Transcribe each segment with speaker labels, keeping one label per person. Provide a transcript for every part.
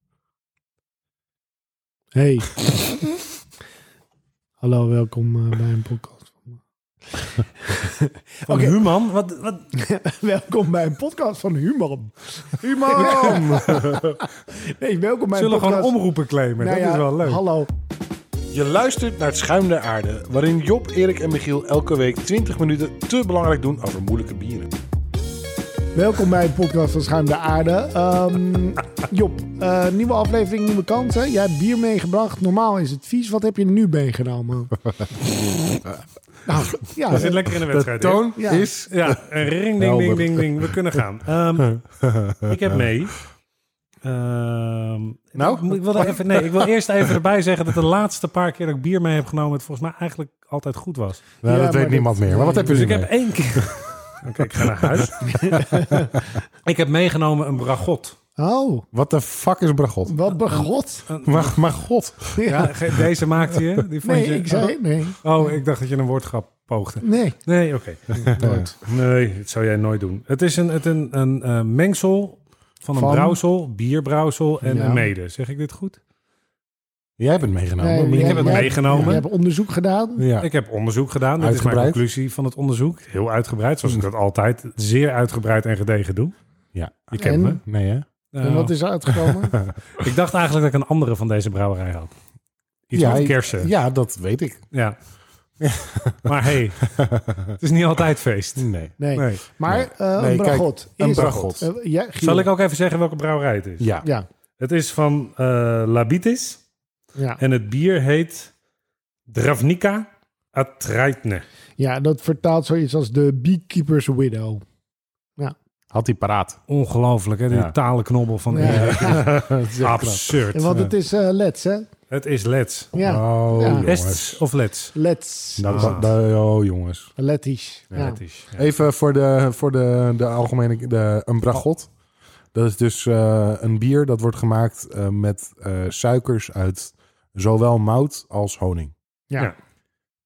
Speaker 1: Hey. Hallo, welkom eh, bij een podcast.
Speaker 2: Van
Speaker 1: Oké.
Speaker 2: Human? Wat, wat?
Speaker 1: welkom bij een podcast van Human. Human! nee, welkom bij
Speaker 2: Zullen
Speaker 1: een
Speaker 2: we gewoon
Speaker 1: podcast.
Speaker 2: omroepen claimen?
Speaker 1: Nou
Speaker 2: dat
Speaker 1: ja,
Speaker 2: is wel leuk.
Speaker 1: Hallo.
Speaker 3: Je luistert naar het Schuim der Aarde, waarin Job, Erik en Michiel elke week 20 minuten te belangrijk doen over moeilijke bieren.
Speaker 1: Welkom bij een podcast van Schuim de Aarde. Ehm, Job, eh, nieuwe aflevering, nieuwe kansen. Jij hebt bier meegebracht. Normaal is het vies. Wat heb je nu meegenomen? nou, ja,
Speaker 2: We zitten lekker in de wedstrijd. hè?
Speaker 3: Toon
Speaker 1: Ja.
Speaker 3: is
Speaker 2: Ja, een ring, ding, ding, ding, ding. We kunnen gaan. Ehm, ik heb mee. Ehm,
Speaker 3: Nou?
Speaker 2: ik moet- ik wil, er even, nee, ik wil eerst even erbij zeggen dat de laatste paar keer dat ik bier mee heb genomen, het volgens mij eigenlijk altijd goed was.
Speaker 3: Nou,
Speaker 1: Ja,
Speaker 3: dat
Speaker 1: maar
Speaker 3: weet
Speaker 1: dat-
Speaker 3: niemand meer. Maar wat heb je
Speaker 2: Dus
Speaker 3: nu
Speaker 2: ik heb
Speaker 3: mee?
Speaker 2: één keer. Oké, ik ga naar huis. ik heb meegenomen een bragot.
Speaker 1: oh,
Speaker 3: Wat de fuck is Bragot?
Speaker 1: wat begot.
Speaker 3: Maar, maar god.
Speaker 2: Ja, ge- deze maakte je. Die vond
Speaker 1: Nee,
Speaker 2: je.
Speaker 1: ik zei nee.
Speaker 2: Oh, ik dacht dat je een woordgrap poogde.
Speaker 1: Nee.
Speaker 2: Nee, oké.
Speaker 1: Nooit.
Speaker 2: Nee, dat zou jij nooit doen. Het is een, het een, een eh, mengsel van een
Speaker 1: Van?
Speaker 2: brouwsel, bierbrouwsel en
Speaker 1: Ja.
Speaker 2: een mede. Zeg ik dit goed?
Speaker 3: Jij hebt het meegenomen.
Speaker 1: Nee,
Speaker 3: maar
Speaker 1: ik
Speaker 3: je-
Speaker 2: Ik heb het
Speaker 1: jij-
Speaker 2: meegenomen.
Speaker 1: We hebben onderzoek gedaan.
Speaker 3: Ja.
Speaker 2: Ik heb onderzoek gedaan. Dat is mijn
Speaker 3: Uitgebreid.
Speaker 2: conclusie van het onderzoek. Heel uitgebreid, zoals ik
Speaker 1: Hmm.
Speaker 2: dat altijd zeer uitgebreid en gedegen doe.
Speaker 3: Ja.
Speaker 2: Je kent
Speaker 1: En?
Speaker 2: me.
Speaker 3: Nee, hè?
Speaker 1: En
Speaker 2: Eh,
Speaker 1: wat is er uitgekomen?
Speaker 2: Ik dacht eigenlijk dat ik een andere van deze brouwerij had. Iets
Speaker 3: Ja,
Speaker 2: met
Speaker 3: ik-
Speaker 2: kersen. Ja.
Speaker 3: Ja, dat weet ik.
Speaker 2: Maar hey, het is niet altijd feest.
Speaker 3: Nee.
Speaker 1: Nee.
Speaker 2: Nee.
Speaker 1: Maar eh,
Speaker 3: Nee,
Speaker 1: een
Speaker 3: kijk,
Speaker 1: bragot.
Speaker 3: een
Speaker 1: is-
Speaker 3: bragot.
Speaker 1: Eh, ja, Giel.
Speaker 2: Zal ik ook even zeggen welke brouwerij het is?
Speaker 3: Ja.
Speaker 1: Ja.
Speaker 2: Het is van eh, Labitis.
Speaker 1: Ja.
Speaker 2: En het bier heet Dravnica Atraitne.
Speaker 1: ja, dat vertaalt zoiets als de Beekeeper's Widow.
Speaker 3: Had hij paraat.
Speaker 2: Ongelooflijk, hè? Die
Speaker 3: Ja.
Speaker 2: talenknobbel van
Speaker 1: Ja.
Speaker 2: Erik.
Speaker 3: Absoluut.
Speaker 2: Absurd.
Speaker 1: En want het is eh, Let's, hè?
Speaker 2: Het is Let's.
Speaker 1: Ja.
Speaker 3: Oh,
Speaker 1: Ja.
Speaker 3: jongens.
Speaker 2: Ests of Let's?
Speaker 1: Let's. Ah.
Speaker 3: Dat, dat- dat- oh, jongens.
Speaker 1: Lettisch. Ja.
Speaker 2: Dat is. ja.
Speaker 3: Even voor de, voor de, de algemene... De, een bragot. Dat is dus eh, een bier dat wordt gemaakt eh, met eh, suikers uit zowel mout als honing.
Speaker 1: Ja.
Speaker 2: Ja.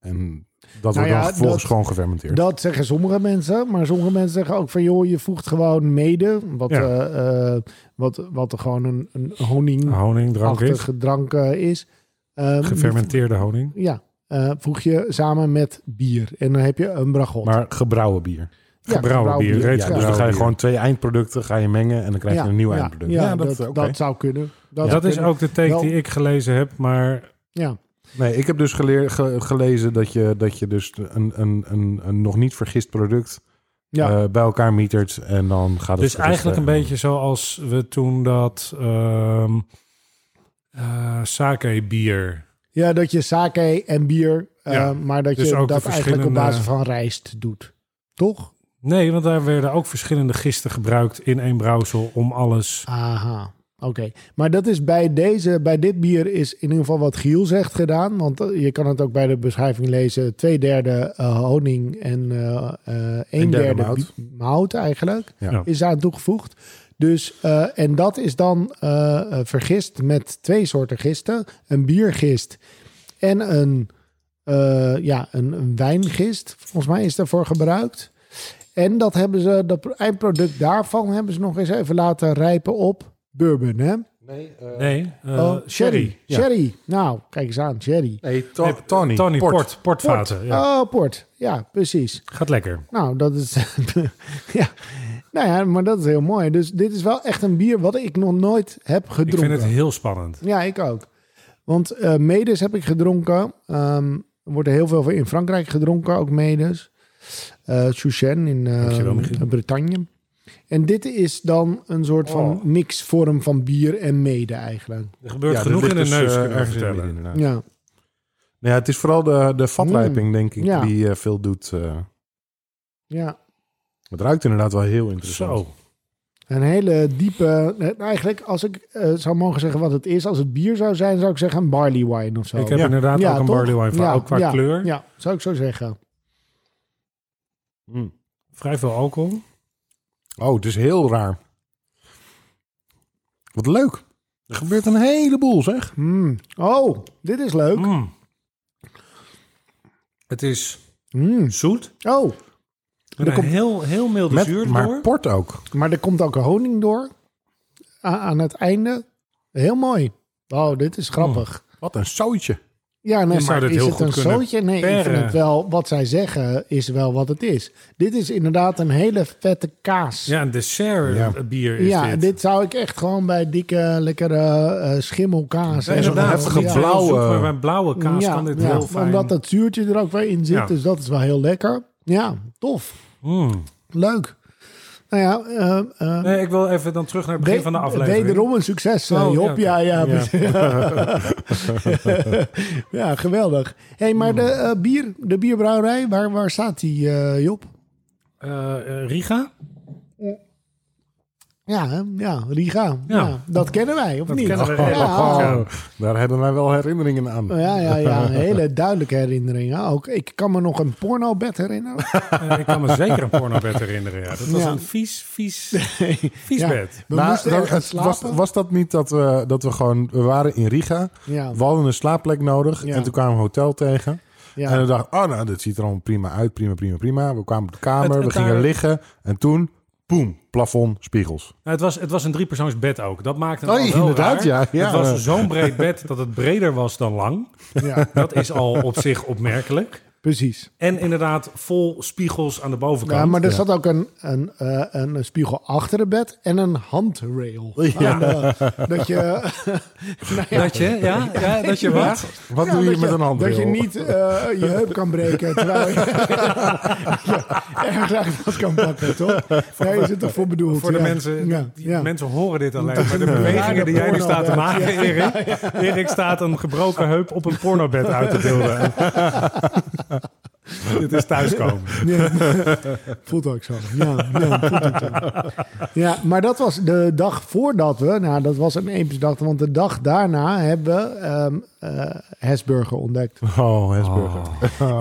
Speaker 3: En
Speaker 1: Nou
Speaker 3: dat wordt
Speaker 1: ja,
Speaker 3: dan vervolgens
Speaker 1: dat-
Speaker 3: gewoon gefermenteerd.
Speaker 1: Dat zeggen sommige mensen, maar sommige mensen zeggen ook van joh, je voegt gewoon mede, wat,
Speaker 2: Ja.
Speaker 1: eh, eh, wat, wat er gewoon een, een honingachtige
Speaker 2: Honing, drank is.
Speaker 1: drank eh, is. Ehm,
Speaker 2: Gefermenteerde honing.
Speaker 1: Ja, eh, voeg je samen met bier. En dan heb je een bragot.
Speaker 3: maar gebrouwen bier.
Speaker 1: Ja,
Speaker 2: gebrouwen bier, reeds
Speaker 3: Ja,
Speaker 1: Ja.
Speaker 3: dus dan
Speaker 2: gebrouwen
Speaker 3: ga je
Speaker 2: bier.
Speaker 3: gewoon twee eindproducten ga je mengen en dan krijg je een nieuw
Speaker 1: ja,
Speaker 3: eindproduct.
Speaker 1: Ja,
Speaker 3: Ja,
Speaker 1: dat,
Speaker 3: dat- eh,
Speaker 1: dat,
Speaker 3: oké.
Speaker 1: zou kunnen. Dat,
Speaker 2: Dat is
Speaker 1: zou
Speaker 2: ook de take
Speaker 1: Wel-
Speaker 2: die ik gelezen heb, maar
Speaker 1: kunnen. Ja.
Speaker 3: Nee, ik heb dus geleer- ge- gelezen dat je, dat je dus een, een, een, een nog niet vergist product
Speaker 1: Ja.
Speaker 3: eh, bij elkaar mietert en dan gaat het
Speaker 2: dus
Speaker 3: vergisten.
Speaker 2: eigenlijk een beetje zoals we toen dat ehm eh sake bier.
Speaker 1: ja, dat je sake en bier, eh,
Speaker 2: Ja,
Speaker 1: maar dat
Speaker 2: dus
Speaker 1: je
Speaker 2: ook
Speaker 1: dat
Speaker 2: de
Speaker 1: eigenlijk op
Speaker 2: verschillende-
Speaker 1: basis van rijst doet. Toch?
Speaker 2: Nee, want daar werden ook verschillende gisten gebruikt in één brouwsel om alles.
Speaker 1: Aha. Oké, maar dat is bij deze, bij dit bier is in ieder geval wat Giel zegt gedaan. Want eh, je kan het ook bij de beschrijving lezen. Twee derde eh, honing en eh, eh, een
Speaker 3: derde
Speaker 1: derde,
Speaker 3: mout.
Speaker 1: bi- mout eigenlijk.
Speaker 3: Ja.
Speaker 2: Ja.
Speaker 1: Is aan toegevoegd. Dus, eh, en dat is dan eh, eh, vergist met twee soorten gisten. Een biergist en een, eh, ja, een, een wijngist. Volgens mij is daarvoor gebruikt. En dat hebben ze, dat eindproduct daarvan hebben ze nog eens even laten rijpen op bourbon, hè?
Speaker 3: Nee,
Speaker 2: Nee, eh,
Speaker 1: Oh,
Speaker 2: sherry.
Speaker 1: Sherry. Sherry. Nou, kijk eens aan, sherry.
Speaker 3: nee, to- Tony.
Speaker 2: Tony, port.
Speaker 3: Port.
Speaker 2: port portvaten. Ja.
Speaker 1: Oh, port. Ja, precies.
Speaker 2: Gaat lekker.
Speaker 1: Nou, dat is. ja. Nou ja, maar dat is heel mooi. Dus dit is wel echt een bier wat ik nog nooit heb
Speaker 2: Ik
Speaker 1: gedronken.
Speaker 2: vind het heel spannend.
Speaker 1: Ja, ik ook. Want eh medes heb ik gedronken. Ehm, er wordt er heel veel voor in Frankrijk gedronken, ook medes. Eh Chouchen in eh,
Speaker 2: Dankjewel, Michiel.
Speaker 1: Bretagne. En dit is dan een soort van
Speaker 2: Oh.
Speaker 1: mixvorm van bier en mede eigenlijk.
Speaker 2: Er gebeurt
Speaker 3: Ja, dit
Speaker 2: genoeg in
Speaker 3: ligt
Speaker 2: de
Speaker 3: dus,
Speaker 2: neus,
Speaker 3: eh,
Speaker 2: kan ik je
Speaker 3: ergens in het midden,
Speaker 2: vertellen.
Speaker 3: inderdaad.
Speaker 1: Ja.
Speaker 3: Nou ja, het is vooral de, de vatrijping, denk ik,
Speaker 1: Ja.
Speaker 3: die eh, veel doet. eh.
Speaker 1: Ja,
Speaker 3: het ruikt inderdaad wel heel interessant.
Speaker 2: Zo.
Speaker 1: een hele diepe. eh, Eigenlijk, als ik eh, zou mogen zeggen wat het is, als het bier zou zijn, zou ik zeggen een barley wine of zo.
Speaker 2: Ik heb
Speaker 3: Ja.
Speaker 2: inderdaad
Speaker 1: Ja,
Speaker 2: ook een
Speaker 1: toch?
Speaker 2: barley wine van,
Speaker 1: Ja,
Speaker 2: ook qua
Speaker 1: ja,
Speaker 2: kleur.
Speaker 1: Ja, zou ik zo zeggen.
Speaker 3: Mm.
Speaker 2: Vrij veel alcohol.
Speaker 3: Oh, het is heel raar. Wat leuk. Er gebeurt een heleboel, zeg.
Speaker 1: Mm. Oh, dit is leuk.
Speaker 2: Mm. Het is
Speaker 1: Mm.
Speaker 2: zoet.
Speaker 1: Oh, Er
Speaker 2: Met een
Speaker 1: komt-
Speaker 2: heel, heel milde zuur
Speaker 3: Met,
Speaker 2: door.
Speaker 3: maar port ook.
Speaker 1: maar er komt ook honing door a- aan het einde. Heel mooi. Oh, dit is grappig.
Speaker 3: Wat een zoutje.
Speaker 1: Ja, nou,
Speaker 2: Je zou dit
Speaker 1: is
Speaker 2: heel
Speaker 1: het
Speaker 2: goed
Speaker 1: een
Speaker 2: kunnen
Speaker 1: zootje? Nee, ik vind
Speaker 2: peren.
Speaker 1: het wel, wat zij zeggen is wel wat het is. Dit is inderdaad een hele vette kaas.
Speaker 2: Ja, een dessert
Speaker 3: Ja.
Speaker 2: eh, bier is
Speaker 1: Ja,
Speaker 2: dit.
Speaker 1: dit. zou ik echt gewoon bij dikke, lekkere eh, schimmelkaas.
Speaker 2: Ja,
Speaker 1: en
Speaker 3: zo'n
Speaker 2: inderdaad,
Speaker 3: heftige
Speaker 2: want die
Speaker 1: ja.
Speaker 3: blauwe-
Speaker 2: zoek maar Bij blauwe kaas
Speaker 1: Ja,
Speaker 2: kan dit
Speaker 1: ja,
Speaker 2: heel fijn.
Speaker 1: Omdat dat zuurtje er ook weer in zit,
Speaker 2: Ja.
Speaker 1: dus dat is wel heel lekker. Ja, tof.
Speaker 2: Mm.
Speaker 1: Leuk. Nou ja, eh, eh,
Speaker 2: Nee, ik wil even dan terug naar het begin
Speaker 1: we-
Speaker 2: van de aflevering.
Speaker 1: Wederom een succes, eh,
Speaker 2: Oh,
Speaker 1: Job. Ja,
Speaker 2: ja,
Speaker 1: ja, Ja, geweldig. hey, maar de,
Speaker 2: Hmm.
Speaker 1: eh, bier, de bierbrouwerij, waar, waar staat die, eh, Job?
Speaker 2: Eh, eh, Riga?
Speaker 1: Ja, hè? ja Riga. Ja.
Speaker 2: Ja.
Speaker 1: dat kennen wij, of
Speaker 2: Dat
Speaker 1: niet?
Speaker 2: kennen we
Speaker 1: ja. Eh,
Speaker 2: heel goed, ja.
Speaker 3: Oh, Daar hebben wij wel herinneringen aan.
Speaker 1: Ja, ja, ja. Hele duidelijke herinneringen. Ook, ik kan me nog een pornobed herinneren.
Speaker 2: Eh, ik kan me zeker een pornobed herinneren. Ja. Dat was
Speaker 1: Ja.
Speaker 2: een vies, vies, vies
Speaker 1: Ja.
Speaker 2: bed.
Speaker 1: We
Speaker 3: Maar
Speaker 1: moesten
Speaker 3: Nou, dat-
Speaker 1: ergens
Speaker 3: het- was,
Speaker 1: slapen.
Speaker 3: was dat niet dat we, dat we gewoon... We waren in Riga.
Speaker 1: ja,
Speaker 3: We hadden een slaapplek nodig.
Speaker 1: Ja.
Speaker 3: En toen kwamen we een hotel tegen. En
Speaker 1: ja.
Speaker 3: we dachten, oh nou, dit ziet er allemaal prima uit. Prima, prima, prima. We kwamen op de kamer.
Speaker 2: Het-
Speaker 3: we
Speaker 2: het
Speaker 3: gingen
Speaker 2: daar-
Speaker 3: liggen. En toen, poem, plafond, spiegels.
Speaker 2: Nou, het, was, het was een driepersoonsbed ook. Dat maakte het
Speaker 3: Oh,
Speaker 2: al wel
Speaker 3: inderdaad,
Speaker 2: raar.
Speaker 3: ja, ja.
Speaker 2: Het was zo'n breed bed dat het breder was dan lang.
Speaker 1: ja,
Speaker 2: Dat is al op zich opmerkelijk.
Speaker 1: precies.
Speaker 2: En inderdaad vol spiegels aan de bovenkant.
Speaker 1: Ja, maar er zat ook een, een, eh, een, een spiegel achter het bed en een handrail.
Speaker 3: Ja.
Speaker 1: Aan de- dat je... nou ja,
Speaker 2: Dat je, ja, ja, dat je wat?
Speaker 3: Wat
Speaker 1: ja,
Speaker 3: doe je
Speaker 1: dat
Speaker 3: met een hand?
Speaker 1: Dat je niet eh, je heup kan breken terwijl je Ja, erg graag dat kan pakken, toch? Daar is het toch voor bedoeld.
Speaker 2: Voor de
Speaker 1: ja.
Speaker 2: mensen,
Speaker 1: Ja,
Speaker 2: die
Speaker 1: ja.
Speaker 2: mensen horen dit alleen. Maar de bewegingen die jij nu staat te maken, Erik. Erik staat een gebroken heup op een pornobed uit te beelden. dit is thuiskomen.
Speaker 1: Ja. voelt ook zo. Ja, ja, voelt ook zo. ja, maar dat was de dag voordat we... Nou, dat was een epische want de dag daarna hebben we ehm, eh, Hesburger ontdekt.
Speaker 3: Oh, Hesburger.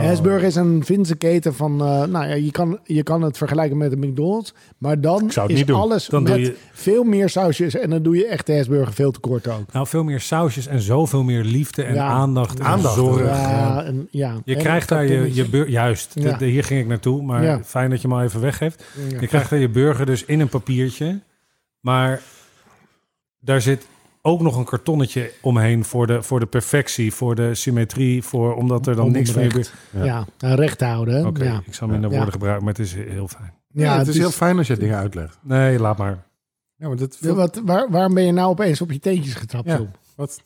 Speaker 1: Hesburger is een Finse keten van... eh, nou ja, je kan, je kan het vergelijken met de McDonald's. Maar dan
Speaker 3: Ik zou het
Speaker 1: is
Speaker 3: niet doen.
Speaker 1: alles
Speaker 2: Dan
Speaker 1: met
Speaker 2: doe je-
Speaker 1: veel meer sausjes. En dan doe je echt de Hesburger veel te kort ook.
Speaker 2: Nou, veel meer sausjes en zoveel meer liefde en
Speaker 1: Ja.
Speaker 2: aandacht en
Speaker 3: Aandacht,
Speaker 2: zorg.
Speaker 1: Ja, en, ja.
Speaker 2: Je
Speaker 1: En
Speaker 2: krijgt daar je,
Speaker 1: kartonnetje.
Speaker 2: je bur- Juist,
Speaker 1: Ja.
Speaker 2: de- de- hier ging ik naartoe, maar
Speaker 1: Ja.
Speaker 2: fijn dat je me al even weggeeft.
Speaker 1: Ja.
Speaker 2: Je krijgt daar je burger dus in een papiertje. Maar daar zit ook nog een kartonnetje omheen voor de, voor de perfectie, voor de symmetrie, voor, omdat er dan niks van je bur-
Speaker 1: Onbedekt. Ja, ja recht houden. hè?
Speaker 2: Oké,
Speaker 1: Ja.
Speaker 2: ik zal minder
Speaker 1: Ja.
Speaker 2: woorden gebruiken, maar het is heel fijn.
Speaker 1: Ja, dus
Speaker 3: het, is, heel fijn als je dingen uitlegt.
Speaker 2: Nee, laat maar.
Speaker 3: Ja, maar dit,
Speaker 1: Ja,
Speaker 3: wat,
Speaker 1: wat, waar, waarom ben je nou opeens op je teentjes getrapt?
Speaker 3: Ja.
Speaker 1: Job?
Speaker 3: wat,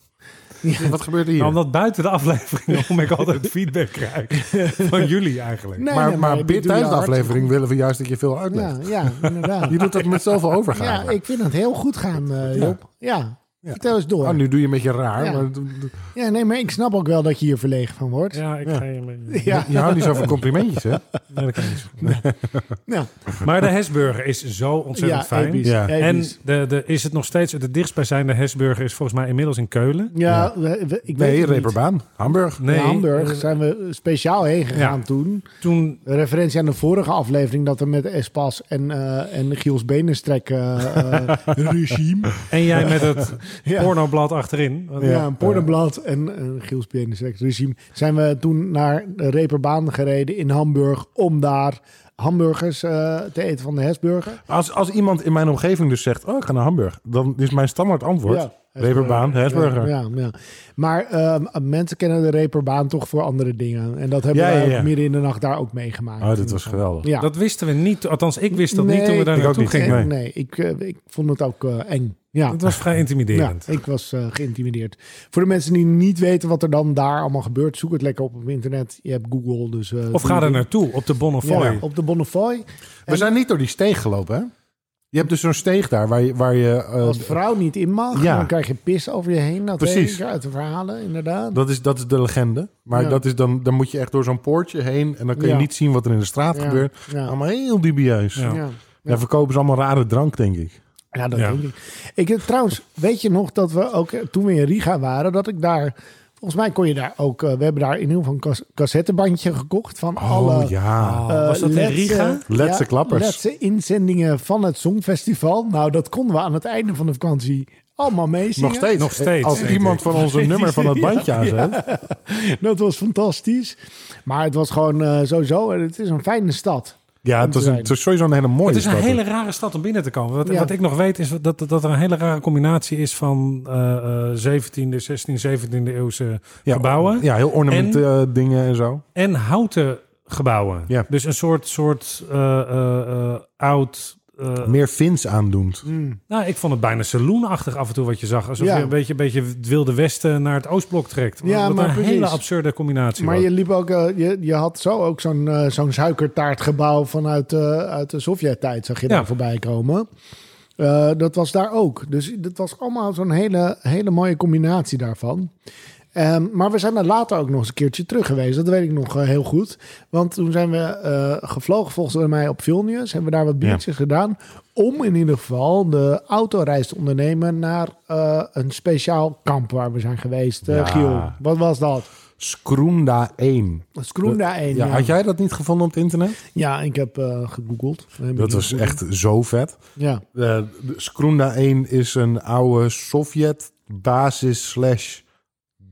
Speaker 1: Ja.
Speaker 3: wat gebeurde hier?
Speaker 2: Nou, omdat buiten de aflevering om ik altijd feedback krijg. Van jullie eigenlijk.
Speaker 1: Nee,
Speaker 3: maar
Speaker 1: nee,
Speaker 3: maar,
Speaker 1: dit doe
Speaker 3: binnen-
Speaker 1: je
Speaker 3: tijdens de
Speaker 1: hartstikke
Speaker 3: aflevering willen we juist dat je veel
Speaker 1: goed.
Speaker 3: uitlegt.
Speaker 1: Ja, ja, inderdaad.
Speaker 3: Je doet dat met zoveel overgaan.
Speaker 1: ja, ik vind het heel goed gaan, eh, Job. Ja.
Speaker 3: Ja.
Speaker 1: vertel eens door.
Speaker 3: Oh, nu doe je een beetje raar.
Speaker 1: Ja.
Speaker 3: Maar, d- d-
Speaker 1: Ja, nee, maar ik snap ook wel dat je hier verlegen van wordt. Ja,
Speaker 2: Ja, ik
Speaker 3: Ja.
Speaker 2: ga je mee.
Speaker 3: Je houdt niet zo van complimentjes, hè?
Speaker 2: Nee, dat kan niet zo.
Speaker 1: ja,
Speaker 2: Maar de Hesburger is zo ontzettend
Speaker 1: ja,
Speaker 2: fijn.
Speaker 1: episch,
Speaker 3: Ja.
Speaker 2: En
Speaker 1: episch.
Speaker 2: de, de, is het nog steeds, de dichtstbijzijnde Hesburger is volgens mij inmiddels in Keulen.
Speaker 1: ja, we- we- ik weet
Speaker 3: Nee,
Speaker 1: het niet.
Speaker 3: Reeperbaan. Hamburg.
Speaker 1: In Hamburg
Speaker 2: eh,
Speaker 1: zijn we speciaal heen gegaan
Speaker 2: Ja.
Speaker 1: toen.
Speaker 2: toen
Speaker 1: Referentie aan de vorige aflevering dat we met Espas en, eh, en Giels Benenstrek eh, eh, regime.
Speaker 2: en jij met het
Speaker 1: Ja.
Speaker 2: pornoblad achterin.
Speaker 1: Ja, een pornoblad en een Giels Benenstrek regime. Zijn we toen naar de Reeperbaan gereden in Hamburg om daar hamburgers eh, te eten van de Hesburger.
Speaker 3: Als, als iemand in mijn omgeving dus zegt, oh, ik ga naar Hamburg. Dan is mijn standaard antwoord,
Speaker 1: Ja,
Speaker 3: Reeperbaan, Hesburger.
Speaker 1: Ja, ja. Maar ehm, mensen kennen de Reeperbaan toch voor andere dingen. En dat hebben
Speaker 3: Ja,
Speaker 1: wij
Speaker 3: ja,
Speaker 1: ook
Speaker 3: ja.
Speaker 1: midden in de nacht daar ook meegemaakt.
Speaker 3: Oh, dit was geweldig.
Speaker 1: Ja.
Speaker 2: Dat wisten we niet, althans ik wist dat
Speaker 1: Nee,
Speaker 2: niet toen we
Speaker 1: ik
Speaker 2: daar
Speaker 3: ook
Speaker 2: naartoe
Speaker 3: niet.
Speaker 2: gingen.
Speaker 1: nee,
Speaker 3: nee.
Speaker 1: nee, ik, eh, ik vond het ook eh, eng. Ja.
Speaker 2: Het was vrij intimiderend.
Speaker 1: Ja, ik was eh, geïntimideerd. Voor de mensen die niet weten wat er dan daar allemaal gebeurt, zoek het lekker op op internet. Je hebt Google, dus... eh,
Speaker 2: Of ga
Speaker 1: doe-
Speaker 2: er naartoe, op de Bonnefoy.
Speaker 1: Ja, op de Bonnefoy.
Speaker 3: We zijn niet door die steeg gelopen, hè? Je hebt dus zo'n steeg daar waar je... Waar je eh,
Speaker 1: Als vrouw niet in mag,
Speaker 3: Ja.
Speaker 1: dan krijg je pis over je heen. Dat
Speaker 3: Precies.
Speaker 1: weet ik uit de verhalen, inderdaad.
Speaker 3: dat, is, dat is de legende. Maar
Speaker 1: Ja.
Speaker 3: dat is dan, dan moet je echt door zo'n poortje heen... en dan kun je
Speaker 1: Ja.
Speaker 3: niet zien wat er in de straat
Speaker 1: Ja,
Speaker 3: gebeurt.
Speaker 1: ja.
Speaker 3: Allemaal heel dubieus.
Speaker 2: Ja.
Speaker 1: Ja.
Speaker 3: Daar verkopen ze allemaal rare drank, denk ik.
Speaker 1: Ja, dat
Speaker 2: Ja.
Speaker 1: denk ik. ik. eh, Trouwens, weet je nog dat we ook eh, toen we in Riga waren, dat ik daar. Volgens mij kon je daar ook. eh, we hebben daar in ieder geval een cas- cassettebandje gekocht van alle.
Speaker 3: Oh, ja.
Speaker 2: Oh,
Speaker 1: eh,
Speaker 2: was dat in
Speaker 1: letse-
Speaker 2: Riga?
Speaker 3: Letse klappers.
Speaker 1: Letse inzendingen van het Songfestival. Nou, dat konden we aan het einde van de vakantie allemaal meezingen.
Speaker 3: Nog steeds.
Speaker 2: Nog steeds,
Speaker 3: Als
Speaker 2: denk
Speaker 3: iemand van ons een nummer van het bandje aanzet...
Speaker 1: Dat was fantastisch. Maar het was gewoon eh, sowieso. eh, Het is een fijne stad.
Speaker 3: Ja, het is, een- het is sowieso een hele mooie
Speaker 2: Het is een
Speaker 3: stad.
Speaker 2: hele rare stad om binnen te komen. Wat,
Speaker 1: Ja.
Speaker 2: wat ik nog weet is dat, dat er een hele rare combinatie is van eh, eh, 17e, 16e, 17e eeuwse
Speaker 3: ja,
Speaker 2: gebouwen
Speaker 3: Ja, heel ornamenten eh, dingen en zo.
Speaker 2: en houten gebouwen.
Speaker 3: Ja.
Speaker 2: Dus een soort, soort eh, eh, eh, oud... eh,
Speaker 3: Meer Fins aandoend.
Speaker 1: Mm.
Speaker 2: nou, ik vond het bijna saloonachtig af en toe wat je zag. Alsof
Speaker 1: Ja.
Speaker 2: je een beetje, een beetje het wilde westen naar het oostblok trekt.
Speaker 1: Ja,
Speaker 2: Wat
Speaker 1: maar
Speaker 2: een
Speaker 1: precies.
Speaker 2: hele absurde combinatie
Speaker 1: Maar
Speaker 2: was.
Speaker 1: je liep ook, eh, je, je had zo ook zo'n eh, zo'n suikertaartgebouw vanuit eh, uit de Sovjet-tijd, zag je
Speaker 2: Ja.
Speaker 1: daar voorbij komen. Eh, dat was daar ook. Dus dat was allemaal zo'n hele, hele mooie combinatie daarvan. Ehm, maar we zijn daar later ook nog eens een keertje terug geweest. Dat weet ik nog eh, heel goed. Want toen zijn we eh, gevlogen, volgens mij op Vilnius. Hebben we daar wat biertjes gedaan. Om in ieder geval de autoreis te ondernemen naar eh, een speciaal kamp waar we zijn geweest. Eh,
Speaker 3: Ja.
Speaker 1: Giel, wat was dat?
Speaker 3: Skroenda 1.
Speaker 1: Scroenda 1.
Speaker 3: Ja,
Speaker 1: Ja, ja.
Speaker 3: had jij dat niet gevonden op het internet?
Speaker 1: ik heb eh, gegoogeld. Heb ik
Speaker 3: Dat was
Speaker 1: gegoogeld.
Speaker 3: echt zo vet.
Speaker 1: Ja.
Speaker 3: Eh, de Skroenda 1 is een oude Sovjet-basis slash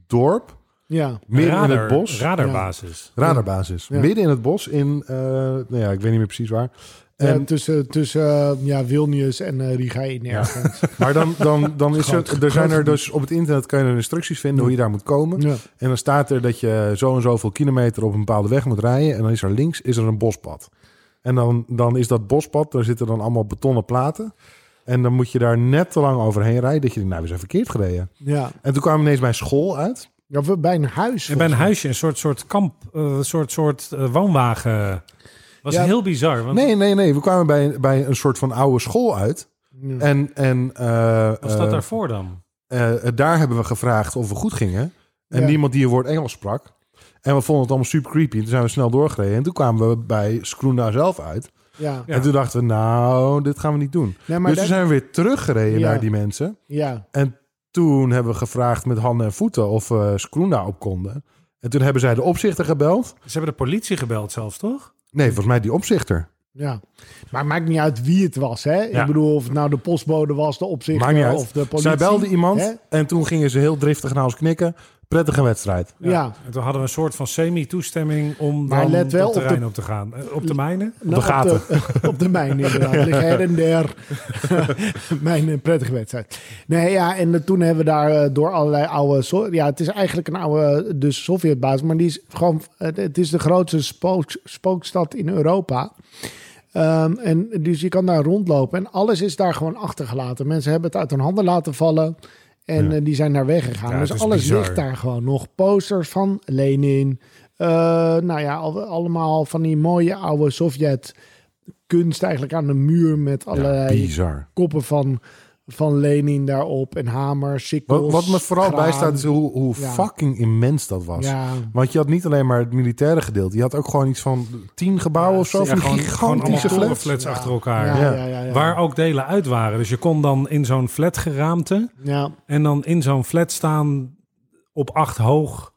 Speaker 3: dorp.
Speaker 1: Ja.
Speaker 3: Midden in
Speaker 2: Radar-
Speaker 3: het bos.
Speaker 2: Radarbasis.
Speaker 3: Radarbasis.
Speaker 1: Ja.
Speaker 3: Midden in het bos in, eh, nou ja, ik weet niet meer precies waar. En,
Speaker 1: Ja, tussen tussen eh, ja, Vilnius en eh, Riga in ergens.
Speaker 3: Maar dan, dan, dan is
Speaker 1: Groot-
Speaker 3: er, er zijn er
Speaker 1: groot
Speaker 3: dus op het internet kan je er instructies vinden hoe je daar moet komen.
Speaker 1: Ja.
Speaker 3: En dan staat er dat je zo en zoveel kilometer op een bepaalde weg moet rijden. En dan is er links is er een bospad. En dan, dan is dat bospad, daar zitten dan allemaal betonnen platen. En dan moet je daar net te lang overheen rijden dat je denkt, nou, we zijn verkeerd gereden.
Speaker 1: Ja.
Speaker 3: En toen kwam ineens mijn school uit.
Speaker 1: ja, we- bij een huis.
Speaker 2: En bij een
Speaker 1: volgens
Speaker 2: huisje, een soort, soort kamp, eh, soort, soort eh, woonwagen. Was
Speaker 1: Ja.
Speaker 2: heel bizar. Want
Speaker 3: Nee, nee, nee. We kwamen bij, bij een soort van oude school uit.
Speaker 1: mij. Ja.
Speaker 3: En, en eh,
Speaker 2: wat staat
Speaker 3: eh,
Speaker 2: daarvoor dan?
Speaker 3: eh, daar hebben we gevraagd of we goed gingen. En
Speaker 1: Ja.
Speaker 3: niemand die een woord Engels sprak. En we vonden het allemaal super creepy. Toen zijn we snel doorgereden. En toen kwamen we bij Scroenda zelf uit.
Speaker 1: Ja.
Speaker 2: Ja.
Speaker 3: En toen dachten we, nou, dit gaan we niet doen.
Speaker 1: Nee, maar
Speaker 3: dus
Speaker 1: dat-
Speaker 3: toen zijn we weer teruggereden
Speaker 1: Ja.
Speaker 3: naar die mensen.
Speaker 1: ja.
Speaker 3: En toen hebben we gevraagd met handen en voeten of we Scroenda op konden. En toen hebben zij de opzichter gebeld.
Speaker 2: Ze hebben de politie gebeld zelfs, toch?
Speaker 3: Nee, volgens mij die opzichter.
Speaker 1: Ja. Maar het maakt niet uit wie het was, hè? Ik
Speaker 2: Ja.
Speaker 1: bedoel, of het nou de postbode was, de opzichter
Speaker 3: Maakt niet uit.
Speaker 1: of de politie.
Speaker 3: Zij belde iemand
Speaker 1: Hè?
Speaker 3: en toen gingen ze heel driftig naar ons knikken. Prettige wedstrijd.
Speaker 1: Ja.
Speaker 2: En toen hadden we een soort van semi-toestemming om
Speaker 1: Maar
Speaker 2: dan
Speaker 1: let wel
Speaker 2: dat
Speaker 1: op
Speaker 2: terrein op,
Speaker 1: de-
Speaker 2: te gaan. Eh, Op de mijnen?
Speaker 1: Nou,
Speaker 3: gaten.
Speaker 1: Op de, op de mijn inderdaad. Liggen her en der. mijn eh, prettige wedstrijd. Nee, ja, en eh, toen hebben we daar eh, door allerlei oude... So- ja, het is eigenlijk een oude eh, dus Sovjetbasis. Maar die is gewoon... Het het is de grootste spooks- spookstad in Europa. Ehm, en dus je kan daar rondlopen. En alles is daar gewoon achtergelaten. Mensen hebben het uit hun handen laten vallen. En eh, die zijn daar weggegaan.
Speaker 2: Ja, het
Speaker 1: dus
Speaker 2: is
Speaker 1: alles
Speaker 2: bizar.
Speaker 1: ligt daar gewoon nog. Posters van Lenin. Eh, nou ja, al- allemaal van die mooie oude Sovjet kunst eigenlijk aan de muur met allerlei
Speaker 3: Bizar.
Speaker 1: koppen van, van Lenin daarop en hamers, sikkels.
Speaker 3: Wat, wat me vooral
Speaker 1: graan.
Speaker 3: bijstaat is hoe, hoe
Speaker 1: Ja.
Speaker 3: fucking immens dat was.
Speaker 1: Ja,
Speaker 3: Want je had niet alleen maar het militaire gedeelte. Je had ook gewoon iets van tien gebouwen of zo.
Speaker 2: Ja,
Speaker 3: van die
Speaker 2: gewoon, gewoon allemaal
Speaker 3: gigantische
Speaker 2: torenflats
Speaker 3: flats.
Speaker 2: flats achter elkaar.
Speaker 1: Ja, ja,
Speaker 3: Ja.
Speaker 1: ja, ja, ja.
Speaker 2: Waar ook delen uit waren. Dus je kon dan in zo'n flat geraamte
Speaker 1: Ja,
Speaker 2: en dan in zo'n flat staan op acht hoog.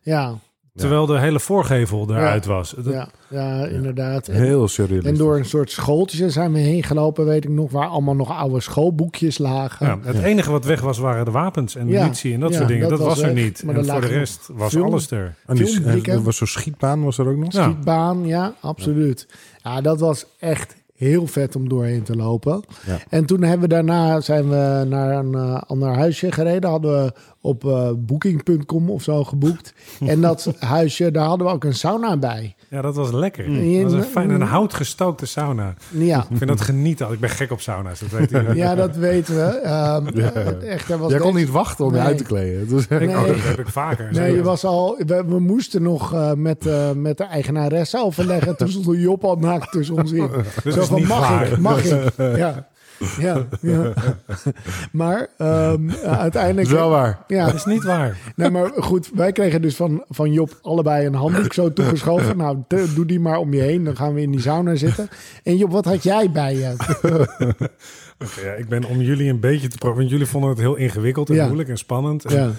Speaker 1: ja,
Speaker 2: Terwijl de hele voorgevel eruit was. Dat-
Speaker 1: ja, ja, inderdaad. En,
Speaker 3: Heel surrealistisch.
Speaker 1: en door een soort schooltje zijn we heen gelopen, weet ik nog, waar allemaal nog oude schoolboekjes lagen.
Speaker 2: ja, het enige wat weg was, waren de wapens en
Speaker 1: Ja.
Speaker 2: munitie en dat
Speaker 1: Ja,
Speaker 2: soort dingen.
Speaker 1: dat
Speaker 2: Dat,
Speaker 1: was
Speaker 2: was er
Speaker 1: weg,
Speaker 2: niet.
Speaker 1: maar
Speaker 2: En
Speaker 1: er
Speaker 2: voor de
Speaker 1: lagen
Speaker 2: rest was
Speaker 1: veel-
Speaker 2: alles er.
Speaker 3: En die-
Speaker 1: filmblikken.
Speaker 3: er was zo'n schietbaan was er ook nog.
Speaker 2: Ja.
Speaker 1: Schietbaan, ja, absoluut. Ja. dat was echt heel vet om doorheen te lopen.
Speaker 3: Ja.
Speaker 1: En toen hebben we daarna zijn we naar een eh, ander huisje gereden. Hadden we op eh, booking.com of zo geboekt. en dat huisje, daar hadden we ook een sauna bij.
Speaker 2: Ja, dat was lekker.
Speaker 1: Mm.
Speaker 2: Dat was een fijn, een houtgestookte sauna.
Speaker 1: Ja,
Speaker 2: Ik vind dat genieten. Ik ben gek op sauna's, dat weten jullie.
Speaker 1: ja dat weten we. Ehm, het- Echt, daar was
Speaker 3: Jij kon
Speaker 1: deze-
Speaker 3: niet wachten om je
Speaker 1: Nee.
Speaker 3: uit te kleden. Het was echt-
Speaker 1: Nee.
Speaker 2: Oh, dat heb ik vaker.
Speaker 1: Nee, je was al, we, we moesten nog eh, met, eh, met de eigenares overleggen. Toen stond Job al naakt tussen ons in.
Speaker 2: Dit
Speaker 1: Zo
Speaker 2: is
Speaker 1: van,
Speaker 2: niet
Speaker 1: mag
Speaker 2: waar.
Speaker 1: ik, mag ik. Ja, ja, ja. Maar ehm,
Speaker 3: Dat
Speaker 1: uiteindelijk...
Speaker 3: is wel waar.
Speaker 1: Ja,
Speaker 2: Dat is niet waar.
Speaker 1: nee, maar goed, wij kregen dus van, van Job allebei een handdoek zo toegeschoven. Nou, te- doe die maar om je heen, dan gaan we in die sauna zitten. En Job, wat had jij bij je?
Speaker 2: Oké, ja, ik ben om jullie een beetje te pro- Want jullie vonden het heel ingewikkeld en
Speaker 1: Ja.
Speaker 2: moeilijk en spannend. En
Speaker 1: Ja,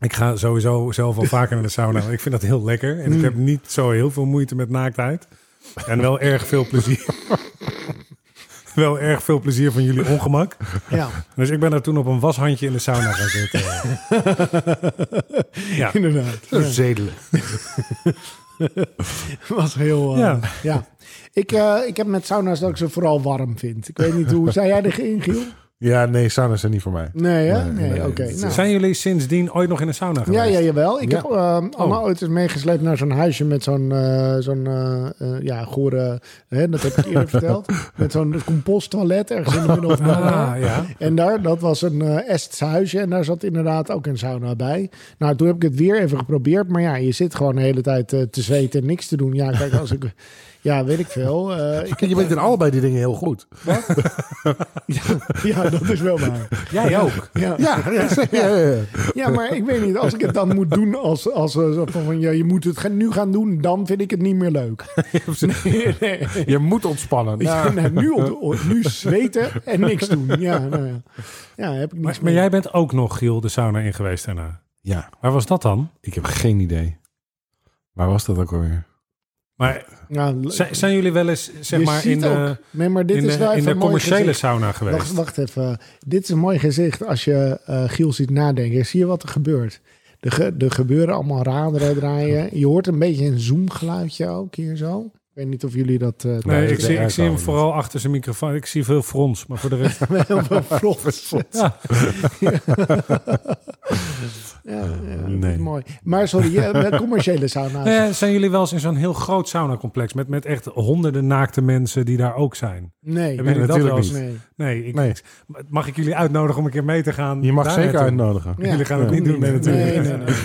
Speaker 2: Ik ga sowieso zelf al vaker naar de sauna. want Ik vind dat heel lekker. En
Speaker 1: Mm.
Speaker 2: ik heb niet zo heel veel moeite met naaktheid. En wel erg veel plezier. wel erg veel plezier van jullie ongemak.
Speaker 1: ja.
Speaker 2: Dus ik ben daar toen op een washandje in de sauna gaan zitten. ja.
Speaker 1: inderdaad.
Speaker 3: Zedelijk.
Speaker 1: was heel... eh,
Speaker 2: Ja.
Speaker 1: ja. Ik, eh, ik heb met sauna's dat ik ze vooral warm vind. Ik weet niet hoe... Zijn jij erin, Giel?
Speaker 3: Ja, nee, sauna's zijn niet voor mij.
Speaker 1: Nee, hè?
Speaker 3: Nee,
Speaker 1: Nee,
Speaker 3: nee.
Speaker 1: oké.
Speaker 3: Het is
Speaker 1: nou.
Speaker 2: Zijn jullie sindsdien ooit nog in een sauna geweest?
Speaker 1: Ja, ja, jawel. Ik
Speaker 3: Ja.
Speaker 1: heb ehm allemaal
Speaker 2: Oh.
Speaker 1: ooit eens meegesleept naar zo'n huisje met zo'n eh, zo'n eh, eh, ja, gore... Hè, dat heb ik eerder verteld. Met zo'n composttoilet ergens in de middel van de
Speaker 2: Ah, ja.
Speaker 1: En daar, dat was een eh Ests huisje. En daar zat inderdaad ook een sauna bij. Nou, toen heb ik het weer even geprobeerd. Maar ja, je zit gewoon de hele tijd eh, te zweten en niks te doen. Ja, kijk, als ik... Ja, weet ik veel. Eh, ik,
Speaker 3: Je weet in allebei die dingen heel goed.
Speaker 1: ja, dat is wel waar.
Speaker 2: Jij ook.
Speaker 1: Ja.
Speaker 3: Ja, ja, ja, ja.
Speaker 1: Ja, maar ik weet niet. Als ik het dan moet doen als, als eh, zo van, van, ja, je moet het gaan- nu gaan doen, dan vind ik het niet meer leuk. Nee, nee.
Speaker 3: Je moet ontspannen.
Speaker 1: Ja, nee, nu, ont- nu zweten en niks doen. Ja, nou ja. ja heb ik niks
Speaker 2: Maar, maar
Speaker 1: meer.
Speaker 2: jij bent ook nog, Giel, de sauna in geweest daarna.
Speaker 3: Ja,
Speaker 2: Waar was dat dan?
Speaker 3: ik heb geen idee. Waar was dat ook alweer?
Speaker 2: Maar
Speaker 1: Ja, le-
Speaker 2: zijn, zijn jullie wel eens, zeg
Speaker 1: je
Speaker 2: maar,
Speaker 1: ziet
Speaker 2: in de,
Speaker 1: ook- nee, maar dit
Speaker 2: in
Speaker 1: is wel
Speaker 2: de,
Speaker 1: even
Speaker 2: in de
Speaker 1: een mooi
Speaker 2: commerciële
Speaker 1: gezicht.
Speaker 2: sauna geweest?
Speaker 1: Wacht, wacht even. Dit is een mooi gezicht als je eh, Giel ziet nadenken. Zie je wat er gebeurt? Er, ge- er gebeuren allemaal raderen draaien. Je hoort een beetje een zoomgeluidje ook hier zo. Ik weet niet of jullie dat... eh
Speaker 2: Nee,
Speaker 3: Nee,
Speaker 2: ik
Speaker 3: de
Speaker 2: zie, ik
Speaker 3: airco
Speaker 2: zie hem
Speaker 3: niet.
Speaker 2: vooral achter zijn microfoon. Ik zie veel frons, maar voor de rest...
Speaker 1: heel veel vlogs.
Speaker 2: Ja.
Speaker 1: Ja, ja,
Speaker 3: nee.
Speaker 1: mooi. Maar sorry, je, de commerciële sauna's.
Speaker 2: Nou ja, zijn jullie wel eens in zo'n heel groot saunacomplex... Met, met echt honderden naakte mensen die daar ook zijn?
Speaker 1: Nee,
Speaker 2: Hebben jullie dat
Speaker 3: natuurlijk
Speaker 2: wel eens?
Speaker 1: nee.
Speaker 2: Nee, ik,
Speaker 3: Nee.
Speaker 2: Mag ik jullie uitnodigen om een keer mee te gaan?
Speaker 3: Je mag
Speaker 2: daar
Speaker 3: zeker
Speaker 2: naartoe?
Speaker 3: uitnodigen.
Speaker 1: Ja.
Speaker 2: Jullie gaan het
Speaker 3: Nee.
Speaker 2: niet doen, nee, natuurlijk.
Speaker 1: Nee, nee, nee, nee, nee,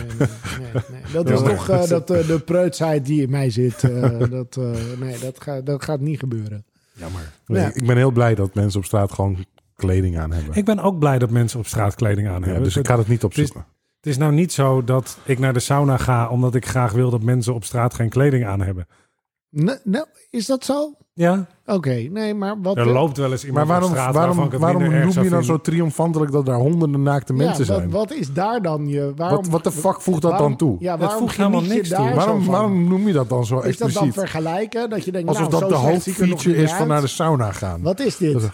Speaker 1: nee, nee. Dat is
Speaker 3: Ja, maar-
Speaker 1: toch eh, dat, eh, de preutsheid die in mij zit. eh, dat, eh, nee, dat, ga, dat gaat niet gebeuren.
Speaker 3: Jammer.
Speaker 1: Ja.
Speaker 3: Ik ben heel blij dat mensen op straat gewoon kleding aan hebben.
Speaker 2: Ik ben ook blij dat mensen op straat kleding aan
Speaker 3: ja,
Speaker 2: hebben.
Speaker 3: dus ik
Speaker 2: het,
Speaker 3: ga het niet opzoeken.
Speaker 2: het is nou niet zo dat ik naar de sauna ga... omdat ik graag wil dat mensen op straat geen kleding aan hebben.
Speaker 1: Nou, nou, is dat zo?
Speaker 2: Ja,
Speaker 1: Oké, nee, maar wat...
Speaker 2: er loopt wel eens
Speaker 3: Maar
Speaker 2: iemand
Speaker 3: waarom,
Speaker 2: op straat waarvan
Speaker 3: waarom,
Speaker 2: ik het
Speaker 3: waarom
Speaker 2: minder erg
Speaker 3: noem
Speaker 2: zou
Speaker 3: je dan
Speaker 2: vinden.
Speaker 3: zo triomfantelijk dat daar honderden naakte
Speaker 1: ja,
Speaker 3: mensen
Speaker 1: wat,
Speaker 3: zijn?
Speaker 1: wat is daar dan je... Waarom,
Speaker 3: Wat- wat de fuck voegt dat
Speaker 1: waarom-
Speaker 3: dan toe?
Speaker 1: Ja,
Speaker 2: Dat
Speaker 1: waarom
Speaker 2: voegt
Speaker 1: geniet
Speaker 2: helemaal
Speaker 1: je
Speaker 2: niks toe.
Speaker 1: daar zo
Speaker 3: waarom,
Speaker 1: van?
Speaker 3: waarom noem je dat dan zo
Speaker 1: is dat dan
Speaker 3: expliciet?
Speaker 1: vergelijken? Dat je denkt,
Speaker 3: Alsof
Speaker 1: nou,
Speaker 3: dat
Speaker 1: zo
Speaker 3: de
Speaker 1: slecht ziet er nog
Speaker 3: hoofdfeature
Speaker 1: niet
Speaker 3: is van
Speaker 1: uit.
Speaker 3: naar de sauna gaan.
Speaker 1: Wat is dit?
Speaker 3: Dat-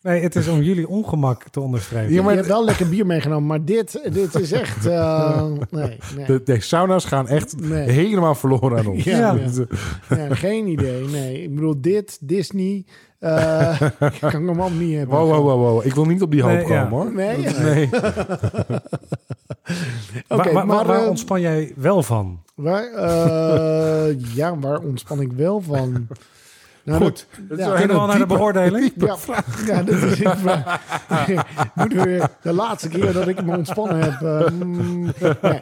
Speaker 2: Nee, het is om jullie ongemak te onderstrepen.
Speaker 3: Ja, maar-
Speaker 1: je hebt wel lekker bier meegenomen, maar dit, dit is echt... eh, nee, nee.
Speaker 3: De, de sauna's gaan echt
Speaker 1: Nee.
Speaker 3: helemaal verloren aan ons.
Speaker 1: Ja,
Speaker 2: Ja.
Speaker 1: ja. Ja, geen idee, nee. Ik bedoel, dit, Disney, eh, ik kan hem allemaal niet hebben.
Speaker 3: Wow, wow, wow, wow. Ik wil niet op die hoop
Speaker 2: Nee,
Speaker 3: komen
Speaker 2: ja.
Speaker 3: hoor.
Speaker 1: Nee, ja.
Speaker 3: Nee.
Speaker 1: Oké,
Speaker 2: Waar- waar,
Speaker 1: maar...
Speaker 2: waar, waar
Speaker 1: eh,
Speaker 2: ontspan jij wel van?
Speaker 1: waar, eh, ja, waar ontspan ik wel van? Nou,
Speaker 3: Goed,
Speaker 1: dat-
Speaker 3: is
Speaker 1: ja.
Speaker 3: wel
Speaker 2: Kunnen we al naar de
Speaker 3: diepe-
Speaker 2: beoordeling?
Speaker 1: Ja, ja, dat is een vraag. Moeten we weer de laatste keer dat ik me ontspannen heb. eh, mm, nee.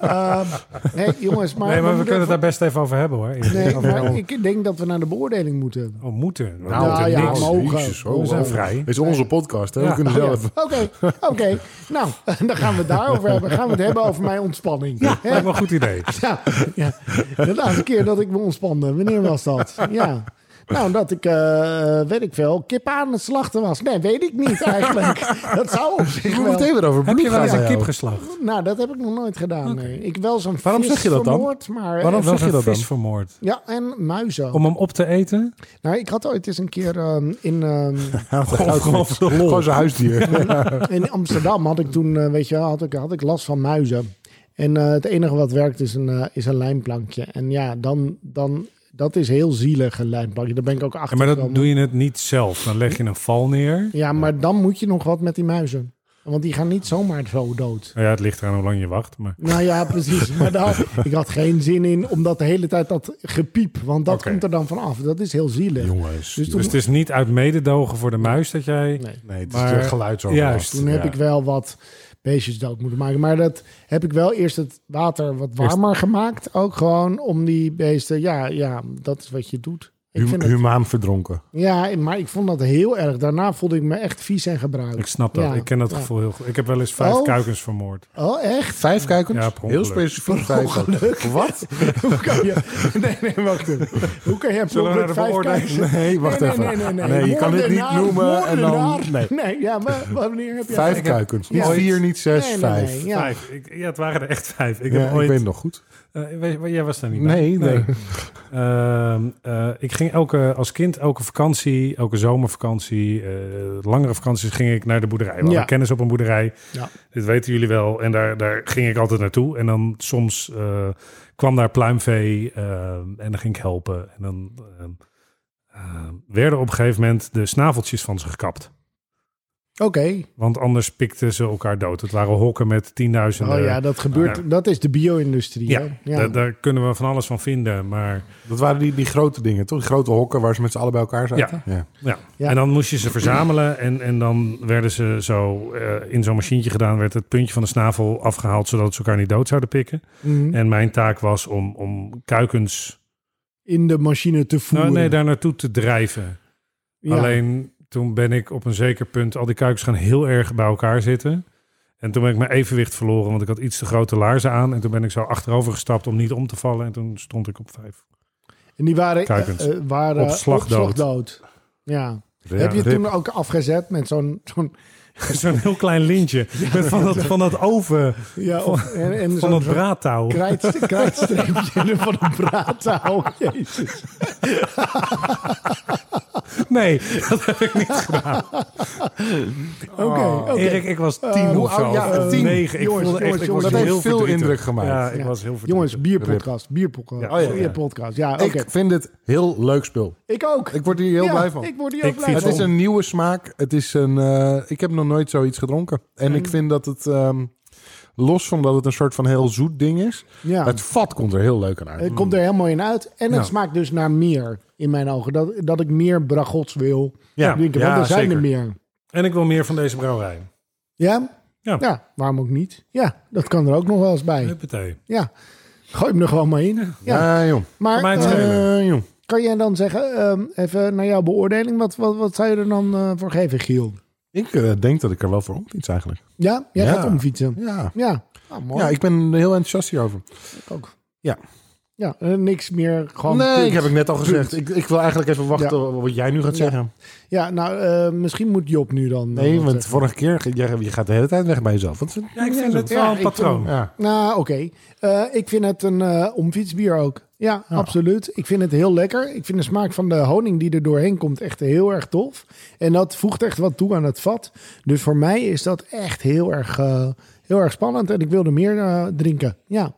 Speaker 1: Ehm, nee, jongens, maar...
Speaker 2: nee, maar we kunnen het
Speaker 1: moeten
Speaker 2: daar best even over hebben hoor.
Speaker 1: even- Nee,
Speaker 2: Over
Speaker 1: maar
Speaker 2: jou.
Speaker 1: ik denk dat we naar de beoordeling moeten.
Speaker 2: Oh, moeten. Nou,
Speaker 1: Nou,
Speaker 2: moeten
Speaker 1: ja,
Speaker 2: niks.
Speaker 1: mogen.
Speaker 3: Jezus, oh,
Speaker 2: We zijn
Speaker 3: wow.
Speaker 2: vrij.
Speaker 3: Het is onze podcast, hè?
Speaker 2: Ja.
Speaker 3: we kunnen
Speaker 1: Oh ja,
Speaker 3: zelf.
Speaker 1: Oké, oké. Nou, dan gaan we het daarover hebben. Gaan we het hebben over mijn ontspanning.
Speaker 2: Ja,
Speaker 1: Hè?
Speaker 2: lijkt me een goed idee.
Speaker 1: Ja, ja. De laatste keer dat ik me ontspande. Wanneer was dat? Ja. Nou, dat ik, eh, weet ik veel, kip aan het slachten was. Nee, weet ik niet eigenlijk. Dat zou op zich
Speaker 3: Ik
Speaker 1: wel...
Speaker 3: moet het even over
Speaker 2: Heb
Speaker 3: bloed
Speaker 2: je wel eens
Speaker 3: gaan,
Speaker 2: een
Speaker 3: joh.
Speaker 2: kip geslacht?
Speaker 1: Nou, dat heb ik nog nooit gedaan. Nee. Ik wel zo'n
Speaker 3: Waarom
Speaker 1: vis
Speaker 3: zeg je dat dan?
Speaker 1: vermoord, maar...
Speaker 3: Waarom
Speaker 2: Wel
Speaker 3: zeg
Speaker 2: eens
Speaker 3: je
Speaker 2: een
Speaker 3: dat dan?
Speaker 2: vis vermoord.
Speaker 1: Ja, en muizen.
Speaker 2: Om hem op te eten?
Speaker 1: Nou, ik had ooit eens een keer ehm, in... ehm,
Speaker 3: Ja,
Speaker 2: Gewoon- gewoon voor de lol.
Speaker 3: Gewoon zijn huisdier.
Speaker 1: In Amsterdam had ik toen, eh, weet je, wel, had ik, had ik last van muizen. En eh, het enige wat werkt is een, eh, is een lijnplankje. En ja, dan, dan, dat is heel zielig, een lijnplankje. Daar ben ik ook
Speaker 2: Ja,
Speaker 1: achter
Speaker 2: maar dat
Speaker 1: gekomen.
Speaker 2: doe je het niet zelf. Dan leg je een val neer. Nou
Speaker 1: Ja, maar dan moet je nog wat met die muizen. Want die gaan niet zomaar zo dood.
Speaker 2: Nou Ja, het ligt eraan hoe lang je wacht. Maar...
Speaker 1: Nou ja, precies. Maar daar, ik had geen zin in, omdat de hele tijd dat gepiep. Want dat
Speaker 2: Oké.
Speaker 1: komt er dan van af. Dat is heel zielig.
Speaker 3: Jongens.
Speaker 1: Dus toen-
Speaker 2: Dus het is niet uit mededogen voor de muis dat jij...
Speaker 1: Nee.
Speaker 3: Nee, het
Speaker 2: Maar-
Speaker 3: is een geluidsoverlast.
Speaker 2: Juist.
Speaker 1: Toen heb
Speaker 2: Ja.
Speaker 1: ik wel wat beestjes dood moeten maken. Maar dat heb ik wel eerst het water wat warmer gemaakt. Ook gewoon om die beesten... Ja, ja dat is wat je doet. Ik
Speaker 3: Hum-
Speaker 1: vind het,
Speaker 3: humaan verdronken.
Speaker 1: ja, maar ik vond dat heel erg. Daarna voelde ik me echt vies en
Speaker 2: Ik
Speaker 1: gebruikt.
Speaker 2: snap dat.
Speaker 1: Ja.
Speaker 2: Ik ken dat
Speaker 1: Ja.
Speaker 2: gevoel heel goed. Ik heb wel eens vijf
Speaker 1: Oh.
Speaker 2: kuikens vermoord.
Speaker 1: Oh, echt?
Speaker 3: Vijf kijkers?
Speaker 2: Ja, per ongeluk.
Speaker 3: Heel specifiek vijf kijkers. Wat?
Speaker 1: Hoe kan je... Nee, nee, wacht even. Hoe kan jij
Speaker 2: Zullen we naar de
Speaker 1: vijf
Speaker 2: beoordeling?
Speaker 1: kijkers-
Speaker 3: Nee, wacht
Speaker 1: nee,
Speaker 3: even. Ah,
Speaker 1: Nee, nee, nee.
Speaker 3: je kan dit niet
Speaker 1: Moordenaar,
Speaker 3: noemen en dan...
Speaker 1: moordenaar.
Speaker 3: Nee.
Speaker 1: Nee, ja, maar wanneer heb je...
Speaker 3: Vijf
Speaker 1: Nee,
Speaker 3: kuikens. Niet
Speaker 1: Ja.
Speaker 3: vier, niet zes,
Speaker 1: nee,
Speaker 3: vijf.
Speaker 1: nee, ja.
Speaker 2: Vijf. Ik, ja, het waren er echt vijf. Ik
Speaker 3: Ja,
Speaker 2: heb ooit...
Speaker 3: ik weet het nog goed.
Speaker 2: Eh, weet- jij was daar niet bij.
Speaker 3: Nee, nee.
Speaker 2: Ehm, eh, ik ging ging elke, als kind elke vakantie, elke zomervakantie, eh, langere vakanties ging ik naar de boerderij. We hadden
Speaker 1: Ja.
Speaker 2: kennis op een boerderij.
Speaker 1: Ja.
Speaker 2: Dit weten jullie wel. En daar, daar ging ik altijd naartoe. En dan soms eh, kwam daar pluimvee eh, en dan ging ik helpen. En dan eh, eh, werden op een gegeven moment de snaveltjes van ze gekapt.
Speaker 1: Oké.
Speaker 2: Want anders pikten ze elkaar dood. Het waren hokken met tienduizenden.
Speaker 1: Oh ja, dat gebeurt.
Speaker 2: Ja.
Speaker 1: Dat is de bio-industrie.
Speaker 2: Ja,
Speaker 1: hè?
Speaker 2: Daar, daar kunnen we van alles van vinden. Maar
Speaker 3: Dat waren die, die grote dingen, toch? Die grote hokken waar ze met z'n allen bij elkaar zaten. Ja.
Speaker 2: Ja.
Speaker 1: Ja.
Speaker 2: en dan moest je ze verzamelen en, en dan werden ze zo eh, in zo'n machientje gedaan, werd het puntje van de snavel afgehaald, zodat ze elkaar niet dood zouden pikken.
Speaker 1: Mhm.
Speaker 2: En mijn taak was om, om kuikens
Speaker 1: In de machine te voeren.
Speaker 2: nou, nee, daar naartoe te drijven.
Speaker 1: Ja.
Speaker 2: Alleen toen ben ik op een zeker punt, al die kuikens gaan heel erg bij elkaar zitten. En toen ben ik mijn evenwicht verloren, want ik had iets te grote laarzen aan. En toen ben ik zo achterover gestapt om niet om te vallen. En toen stond ik op vijf.
Speaker 1: En die waren,
Speaker 2: Kuikens.
Speaker 1: eh, eh, waren
Speaker 2: Op slagdood.
Speaker 1: op slagdood. Ja.
Speaker 3: Ja,
Speaker 1: Heb je
Speaker 3: rip.
Speaker 1: toen ook afgezet met zo'n... zo'n
Speaker 2: Zo'n heel klein lintje. Met van, dat, van dat oven,
Speaker 1: ja, of- en, en
Speaker 2: van
Speaker 1: zo'n
Speaker 2: dat
Speaker 1: zo'n
Speaker 2: braadtouw.
Speaker 1: krijt, krijtstreepje van een
Speaker 2: Oh,
Speaker 1: braadtouw. Jezus.
Speaker 2: Nee, dat heb ik niet gedaan.
Speaker 1: Oké, oké.
Speaker 2: eh, Erik, ik was tien
Speaker 1: Eh, hoe
Speaker 2: of zo.
Speaker 1: oud- ja,
Speaker 2: of
Speaker 1: tien.
Speaker 2: negen. Ik
Speaker 1: Jongens,
Speaker 2: voelde echt, ik
Speaker 1: jongens,
Speaker 2: was
Speaker 3: dat heeft
Speaker 2: heel
Speaker 3: veel
Speaker 2: verdrietig.
Speaker 3: indruk gemaakt.
Speaker 2: Ja, ik
Speaker 1: Ja.
Speaker 2: was heel verdrietig.
Speaker 1: Jongens, bierpodcast, bierpodcast,
Speaker 2: Ja. Oh, ja, ja.
Speaker 1: bierpodcast. Ja, oké.
Speaker 3: Ik vind het heel leuk spul.
Speaker 1: Ik ook.
Speaker 3: Ik word hier heel
Speaker 1: Ja,
Speaker 3: blij van.
Speaker 1: Ik word hier
Speaker 2: Ik
Speaker 1: ook blij
Speaker 2: fiets
Speaker 3: Het
Speaker 1: van.
Speaker 3: is een nieuwe smaak. Het is een, eh, ik heb nog nooit zoiets gedronken. En ik vind dat het, ehm, los van dat het een soort van heel zoet ding is,
Speaker 1: Ja.
Speaker 3: het vat komt er heel leuk aan uit.
Speaker 1: Het komt er helemaal in uit. En het
Speaker 2: Ja.
Speaker 1: smaakt dus naar meer, in mijn ogen. Dat, dat ik meer bragots wil
Speaker 2: Ja,
Speaker 1: drinken.
Speaker 3: ja,
Speaker 1: want er zijn
Speaker 3: zeker.
Speaker 1: er meer.
Speaker 2: En ik wil meer van deze brouwerij.
Speaker 1: Ja?
Speaker 2: Ja.
Speaker 1: waarom ook niet? Ja, dat kan er ook nog wel eens bij.
Speaker 2: Huppatee.
Speaker 1: Ja, gooi hem er gewoon maar in. Ja,
Speaker 3: ja, jong.
Speaker 1: maar
Speaker 2: mij het
Speaker 1: eh,
Speaker 2: schelen.
Speaker 3: Eh, jong.
Speaker 1: kan jij dan zeggen, ehm, even naar jouw beoordeling, wat, wat, wat zou je er dan eh, voor geven, Giel?
Speaker 3: Ik eh, denk dat ik er wel voor omfiets eigenlijk.
Speaker 1: Ja, jij
Speaker 3: Ja.
Speaker 1: gaat omfietsen.
Speaker 3: Ja.
Speaker 1: Ja, Ah, mooi.
Speaker 3: ja, ik ben er heel enthousiast hierover.
Speaker 1: Ik ook.
Speaker 3: Ja.
Speaker 1: Ja, eh, niks meer. Gewoon
Speaker 3: nee,
Speaker 1: punt.
Speaker 3: ik heb ik net al gezegd. Ik, ik wil eigenlijk even wachten wat jij nu gaat
Speaker 1: Ja.
Speaker 3: zeggen.
Speaker 1: Ja, nou, eh, misschien moet Job nu dan... eh,
Speaker 3: Nee,
Speaker 1: wat
Speaker 3: want
Speaker 1: zeggen.
Speaker 3: vorige keer, jij- je gaat de hele tijd weg bij jezelf. Wat vind-
Speaker 2: Ja, ik vind het
Speaker 1: Ja,
Speaker 2: wel een
Speaker 1: ik
Speaker 2: patroon.
Speaker 3: Ja.
Speaker 1: Nou, oké. Eh, ik vind het een eh omfietsbier ook. Ja, absoluut. Ik vind het heel lekker. Ik vind de smaak van de honing die er doorheen komt echt heel erg tof. En dat voegt echt wat toe aan het vat. Dus voor mij is dat echt heel erg, eh, heel erg spannend. En ik wilde meer eh, drinken. Ja.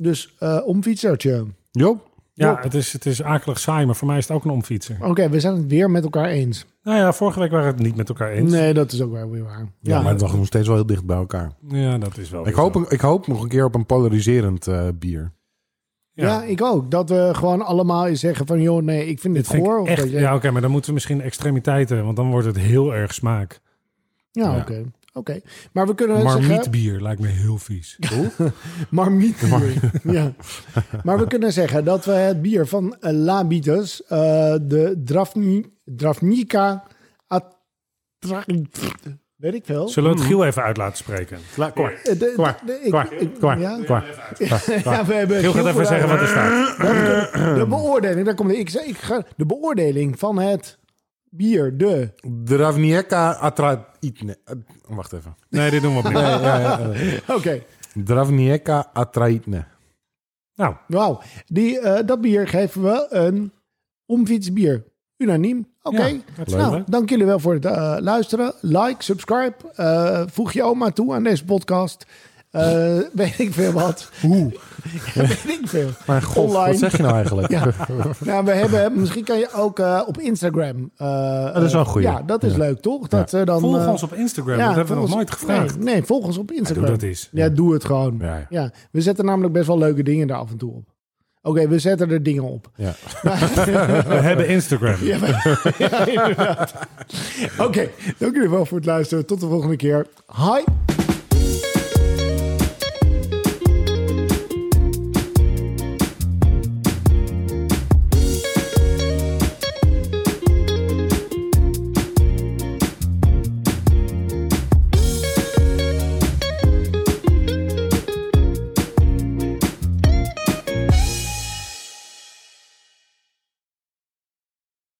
Speaker 1: Dus eh omfietsertje.
Speaker 3: Joop?
Speaker 2: Ja, het is, het is akelig saai, maar voor mij is het ook een omfietser.
Speaker 1: Oké, we zijn het weer met elkaar eens.
Speaker 2: Nou ja, vorige week waren we het niet met elkaar eens.
Speaker 1: Nee, dat is ook wel weer waar.
Speaker 3: Ja,
Speaker 1: Ja,
Speaker 3: maar het was nog steeds wel heel dicht bij elkaar.
Speaker 2: Ja, dat is wel.
Speaker 3: Ik hoop, ik hoop nog een keer op een polariserend eh, bier.
Speaker 1: ja. ik ook. Dat we gewoon allemaal eens zeggen van... joh, nee, ik vind dit,
Speaker 2: Dit vind
Speaker 1: goor.
Speaker 2: ik
Speaker 1: Of
Speaker 2: echt,
Speaker 1: dat
Speaker 2: ja,
Speaker 1: jij-
Speaker 2: oké, maar dan moeten we misschien extremiteiten, want dan wordt het heel erg smaak.
Speaker 1: Ja,
Speaker 3: Ja.
Speaker 1: oké. Oké, maar we kunnen zeggen...
Speaker 2: Marmietbier lijkt me heel vies.
Speaker 1: Marmiet. Ja. Maar we kunnen zeggen dat we het bier van eh, Labitus, eh, de Drafni, Drafnica Atra... Weet ik veel.
Speaker 2: Zullen we het Giel even uit laten spreken?
Speaker 3: Klaar,
Speaker 1: Eh, de- de-
Speaker 3: Kwaar,
Speaker 1: de- ik-
Speaker 2: kwaar,
Speaker 1: ik-
Speaker 2: kwaar,
Speaker 1: ja.
Speaker 3: Klaar.
Speaker 1: Ja, we hebben
Speaker 2: Giel
Speaker 1: Giel
Speaker 2: gaat even
Speaker 1: voor de-
Speaker 2: zeggen wat er staat.
Speaker 1: De beoordeling, daar komt ik, ik ga, de beoordeling van het bier, de...
Speaker 3: De Ravnieka Atra... Itne- eh, Wacht even.
Speaker 2: Nee, dit doen we opnieuw.
Speaker 1: Oké,
Speaker 3: Dravnieka Atraitne.
Speaker 2: Nou,
Speaker 1: wauw. Die, eh, dat bier geven we een omfietsbier. Unaniem. Oké.
Speaker 2: Ja, hartstikke
Speaker 1: Nou,
Speaker 2: leuk.
Speaker 1: dank jullie wel voor het eh, luisteren. Like, subscribe. eh, voeg je oma toe aan deze podcast. Eh, weet ik veel wat. Hoe? weet ik veel.
Speaker 3: Maar god,
Speaker 1: Online.
Speaker 3: wat zeg je nou eigenlijk?
Speaker 1: Ja. nou, we hebben, misschien kan je ook eh, op Instagram. eh,
Speaker 3: dat is wel een goeie.
Speaker 1: Ja, dat is leuk, toch? Dat, eh, dan,
Speaker 2: volg
Speaker 1: eh,
Speaker 2: ons op Instagram.
Speaker 1: ja,
Speaker 2: dat hebben we
Speaker 1: volg
Speaker 2: nog nooit
Speaker 1: ons-
Speaker 2: gevraagd.
Speaker 1: Nee, nee, volg ons op Instagram.
Speaker 2: doe dat eens.
Speaker 1: Ja, doe het gewoon.
Speaker 3: Ja,
Speaker 1: Ja,
Speaker 3: ja.
Speaker 1: we zetten namelijk best wel leuke dingen daar af en toe op. Oké, we zetten er dingen op.
Speaker 3: Ja.
Speaker 2: We hebben Instagram.
Speaker 1: Ja, maar- ja, inderdaad. Oké, dank jullie wel voor het luisteren. Tot de volgende keer. Hi.